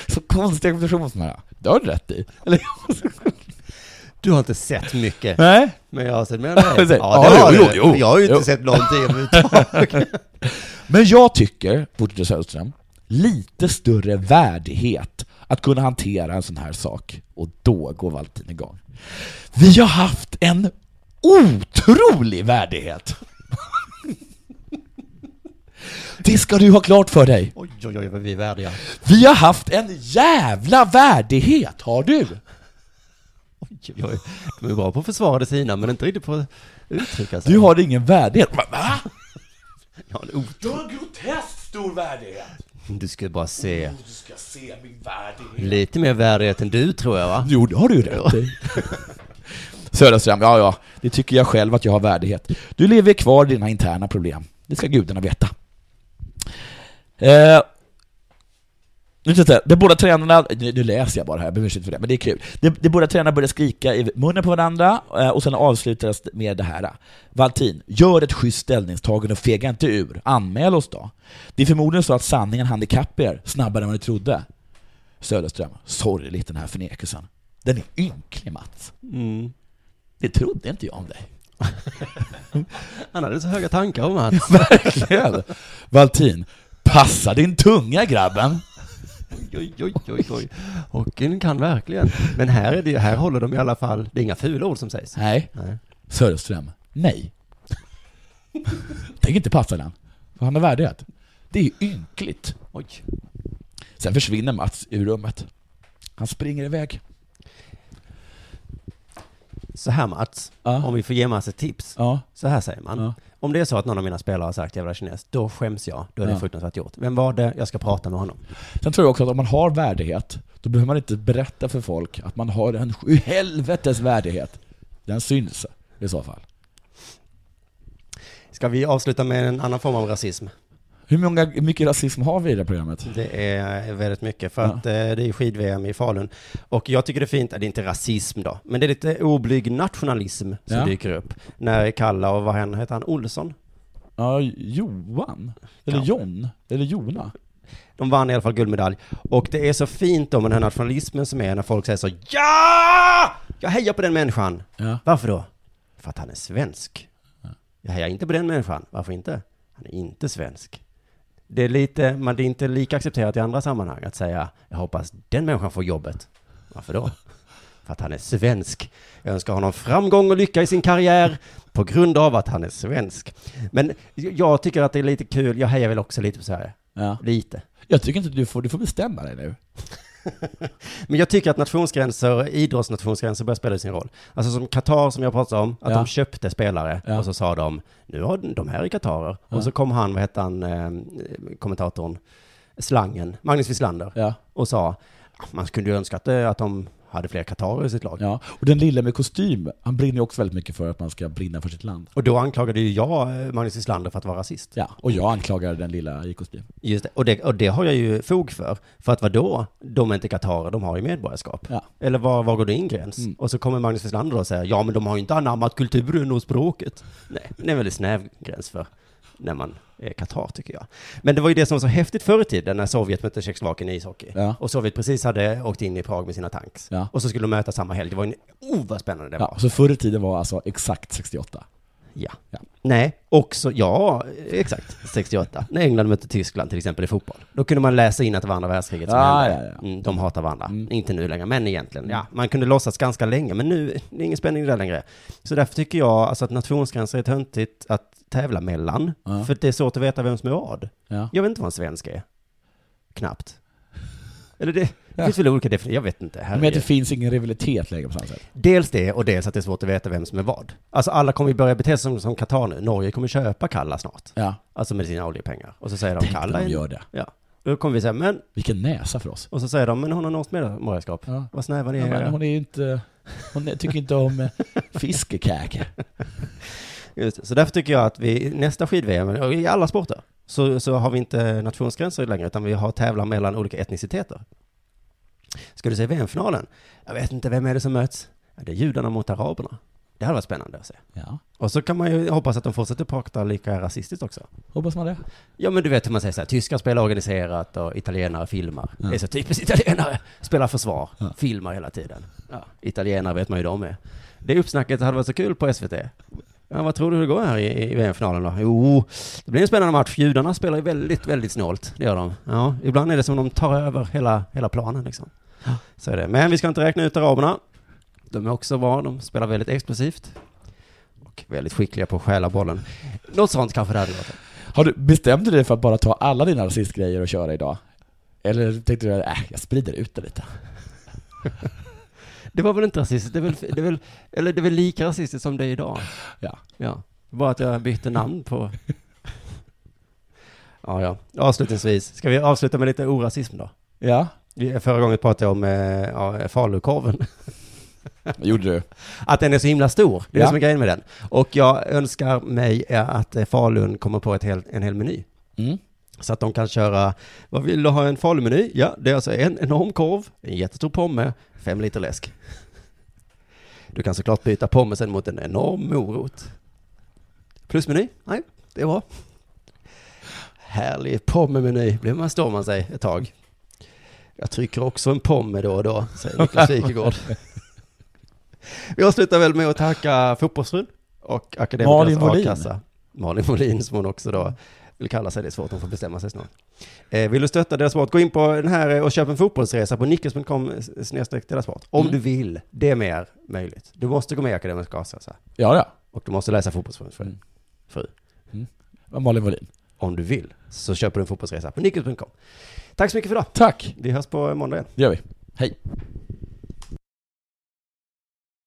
Speaker 5: så- så konstiga konversationer som här. Det har du rätt i. Eller?
Speaker 4: Du har inte sett mycket.
Speaker 5: Nej.
Speaker 4: Men jag har sett mer än dig.
Speaker 5: Jag säger,
Speaker 4: Ja, det
Speaker 5: ja,
Speaker 4: har
Speaker 5: jo,
Speaker 4: du.
Speaker 5: jo, jo.
Speaker 4: Jag har ju inte
Speaker 5: Jo.
Speaker 4: sett någonting överhuvudtaget.
Speaker 5: Men jag tycker, fortsätter Söderström, lite större värdighet att kunna hantera en sån här sak. Och då går Valtin igång. Vi har haft en otrolig värdighet! Det ska du ha klart för dig.
Speaker 4: Oj, oj, oj, vad vi är värdiga.
Speaker 5: Vi har haft en jävla värdighet, har du!
Speaker 4: Oj, oj, oj. De är bra på att försvara det sina, men inte riktigt på att uttrycka sig.
Speaker 5: Du har ingen värdighet. Va? Va?
Speaker 4: Ja, en ot-
Speaker 5: Du har en groteskt stor värdighet!
Speaker 4: du ska bara se.
Speaker 5: Du ska se min värdighet.
Speaker 4: Lite mer värdighet än du, tror jag, va?
Speaker 5: Jo, det har du ju rätt i. Söderström, ja ja, det tycker jag själv att jag har värdighet. Du lever kvar i dina interna problem. Det ska gudarna veta. Eh, nu ska jag säga, de båda tränarna, nu, nu läser jag bara här, jag behöver inte för det, men det är kul. De, de båda tränarna börjar skrika i munnen på varandra eh, och sen avslutades det med det här. Valtin, gör ett schysst ställningstagande och fega inte ur. Anmäl oss då. Det är förmodligen så att sanningen hann ikapp er snabbare än vad ni trodde. Söderström, sorgligt den här förnekelsen. Den är ynklig Mats.
Speaker 4: Mm.
Speaker 5: Det trodde inte jag om dig.
Speaker 4: Han hade så höga tankar om Mats.
Speaker 5: Verkligen! Valtin, passa din tunga grabben!
Speaker 4: Oj, oj, oj, oj. Hockeyn kan verkligen. Men här, är det, här håller de i alla fall, det är inga fula ord som sägs.
Speaker 5: Nej,
Speaker 4: Nej.
Speaker 5: Söderström, nej. Tänk inte passa den, för han har värdighet. Det är ynkligt.
Speaker 4: Oj.
Speaker 5: Sen försvinner Mats ur rummet. Han springer iväg.
Speaker 4: Så här Mats,
Speaker 5: Ja.
Speaker 4: om vi får ge Mats ett tips.
Speaker 5: Ja,
Speaker 4: Så här säger man.
Speaker 5: Ja.
Speaker 4: Om det är så att någon av mina spelare har sagt jävla kines, då skäms jag. Då är det
Speaker 5: Ja.
Speaker 4: fruktansvärt gjort. Vem var det? Jag ska prata med honom.
Speaker 5: Sen tror jag också att om man har värdighet, då behöver man inte berätta för folk att man har en sju helvetes värdighet. Den syns i så fall.
Speaker 4: Ska vi avsluta med en annan form av rasism?
Speaker 5: Hur många, hur mycket rasism har vi i det här programmet?
Speaker 4: Det är väldigt mycket, för
Speaker 5: Ja.
Speaker 4: att eh, det är skid-VM i Falun. Och jag tycker det är fint, eh, det är inte rasism då, men det är lite oblyg nationalism som
Speaker 5: Ja.
Speaker 4: dyker upp. När Kalla och vad han heter han, Olsson?
Speaker 5: Ja, Johan? Eller
Speaker 4: Kanske.
Speaker 5: John? Eller Jona?
Speaker 4: De vann i alla fall guldmedalj. Och det är så fint då med den här nationalismen som är när folk säger så Ja! Jag hejar på den människan.
Speaker 5: Ja.
Speaker 4: Varför då? För att han är svensk. Jag hejar inte på den människan. Varför inte? Han är inte svensk. Det är lite, men det är inte lika accepterat i andra sammanhang att säga Jag hoppas den människan får jobbet. Varför då? För att han är svensk. Jag önskar honom framgång och lycka i sin karriär på grund av att han är svensk. Men jag tycker att det är lite kul, jag hejar väl också lite på Sverige.
Speaker 5: Ja.
Speaker 4: Lite.
Speaker 5: Jag tycker inte du får, du får bestämma dig nu.
Speaker 4: Men jag tycker att nationsgränser, idrottsnationsgränser börjar spela sin roll. Alltså som Qatar som jag pratade om, att
Speaker 5: Ja.
Speaker 4: de köpte spelare
Speaker 5: Ja.
Speaker 4: och så sa de, nu har de här i Qatarer.
Speaker 5: Ja.
Speaker 4: Och så kom han, vad hette han, eh, kommentatorn, slangen, Magnus Wislander,
Speaker 5: Ja.
Speaker 4: och sa, man kunde ju önska att, eh, att de hade fler Qatarer i sitt lag.
Speaker 5: ja. Och den lilla med kostym, han brinner ju också väldigt mycket för att man ska brinna för sitt land.
Speaker 4: Och då anklagade ju jag eh, Magnus Wislander för att vara rasist.
Speaker 5: Ja, och jag anklagar den lilla i kostym.
Speaker 4: Just det. Och, det, och det har jag ju fog för. För att vadå? De är inte Qatarer, de har ju medborgarskap.
Speaker 5: Ja. Mm.
Speaker 4: Eller var, var går din gräns? Och så kommer Magnus Wieslander och säger, ja men de har ju inte anammat kulturen och språket. Nej, men det är en väldigt snäv gräns för när man är Qatar, tycker jag. Men det var ju det som var så häftigt förr i tiden när Sovjet mötte Tjeckoslovakien i ishockey.
Speaker 5: Ja.
Speaker 4: Och Sovjet precis hade åkt in i Prag med sina tanks.
Speaker 5: Ja.
Speaker 4: Och så skulle de möta samma helg. Det var ju en... Oh, vad spännande det var.
Speaker 5: Ja, så förr i tiden var alltså exakt 68.
Speaker 4: Ja.
Speaker 5: Ja.
Speaker 4: Nej, också, ja, exakt, 68. När England mötte Tyskland till exempel i fotboll. Då kunde man läsa in att det var andra världskriget som
Speaker 5: Ja,
Speaker 4: hände.
Speaker 5: ja,
Speaker 4: Mm, de hatar varandra. Inte nu längre, men egentligen. Ja, man kunde låtsas ganska länge, men nu, det är ingen spänning där längre. Så därför tycker jag alltså, att nationsgränser är töntigt att tävla mellan.
Speaker 5: Ja.
Speaker 4: För det är svårt att veta vem som är vad.
Speaker 5: Ja.
Speaker 4: Jag vet inte vad en svensk är. Knappt. Eller det, det
Speaker 5: Ja.
Speaker 4: finns väl olika definitioner, jag vet inte.
Speaker 5: Men
Speaker 4: Herregud.
Speaker 5: det finns ingen rivalitet längre på samma sätt.
Speaker 4: Dels det och dels att det är svårt att veta vem som är vad. Alltså alla kommer ju börja bete sig som, som Qatar nu. Norge kommer köpa Kalla snart.
Speaker 5: Ja.
Speaker 4: Alltså med sina oljepengar. Och så säger de
Speaker 5: Tänk när
Speaker 4: Kalla.
Speaker 5: de
Speaker 4: är-
Speaker 5: gör det.
Speaker 4: Ja. Då kommer vi säga men.
Speaker 5: Vilken näsa för oss.
Speaker 4: Och så säger de men hon har norskt medborgarskap.
Speaker 5: Ja.
Speaker 4: Vad snäva ni
Speaker 5: Ja,
Speaker 4: är.
Speaker 5: men hon är ju inte... Hon tycker inte om eh, fiskekaka.
Speaker 4: Just det. Så därför tycker jag att vi nästa skid-VM, och i alla sporter, så, så har vi inte nationsgränser längre utan vi har tävlar mellan olika etniciteter. Ska du se VM-finalen? Jag vet inte, vem är det som möts? Ja, det är judarna mot araberna. Det hade varit spännande att se.
Speaker 5: Ja,
Speaker 4: Och så kan man ju hoppas att de fortsätter prata lika rasistiskt också.
Speaker 5: hoppas man det.
Speaker 4: Ja men du vet hur man säger så här, tyskar spelar organiserat och italienare filmar. Det är så typiskt italienare, spelar försvar, filmar hela tiden. Ja. Italienare vet man ju de är. Det uppsnacket hade varit så kul på SVT. Ja, vad tror du det går här i, i VM-finalen då? Jo, det blir en spännande match. Judarna spelar ju väldigt, väldigt snålt. Det gör de. Ja, ibland är det som de tar över hela, hela planen liksom. Så är det. Men vi ska inte räkna ut araberna. De är också bra. De spelar väldigt explosivt. Och väldigt skickliga på att stjäla bollen. Något sånt kanske det hade varit.
Speaker 5: Har du, bestämde du dig för att bara ta alla dina rasistgrejer och köra idag? Eller tänkte du att äh, jag sprider ut det lite?
Speaker 4: Det var väl inte rasistiskt, det är väl, det är väl, eller det är väl lika rasistiskt som det är idag.
Speaker 5: Ja.
Speaker 4: Ja. Bara att jag bytte namn på... Ja, ja. Avslutningsvis, ska vi avsluta med lite orasism då?
Speaker 5: Ja,
Speaker 4: Vi- Förra gången pratade jag om eh, ja, falukorven.
Speaker 5: vad gjorde du?
Speaker 4: Att den är så himla stor, det är
Speaker 5: Ja.
Speaker 4: det som är grejen med den. Och jag önskar mig eh, att eh, Falun kommer på ett hel, en hel meny.
Speaker 5: Mm.
Speaker 4: Så att de kan köra, vad vill du ha en falumeny? Ja, det är alltså en enorm korv, en jättestor pomme, fem liter läsk. Du kan såklart byta pommesen mot en enorm morot. Plusmeny? Nej, det är bra. Härlig pommemeny, blir man står man sig ett tag. Jag trycker också en pomme då och då, säger Niklas Wikegård. Vi avslutar väl med att tacka fotbollsfrun och
Speaker 5: Malin
Speaker 4: akademikernas
Speaker 5: Molin.
Speaker 4: a-kassa. Malin Molin som hon också då vill kalla sig, det är svårt, hon får bestämma sig snart. Eh, vill du stötta deras sport, gå in på den här eh, och köp en fotbollsresa på nickes.com eh, snedstreck deras sport.
Speaker 5: Mm.
Speaker 4: Om du vill, det är mer möjligt. Du måste gå med i Akademisk A-kassa
Speaker 5: Ja, ja.
Speaker 4: och du måste läsa fotbollsfruns fru.
Speaker 5: Mm.
Speaker 4: fru.
Speaker 5: Vad Malin Wallin.
Speaker 4: Om du vill så köper du en fotbollsresa på nickes.com. Tack så mycket för idag.
Speaker 5: Tack,
Speaker 4: Vi hörs på måndag igen.
Speaker 5: det gör vi. Hej.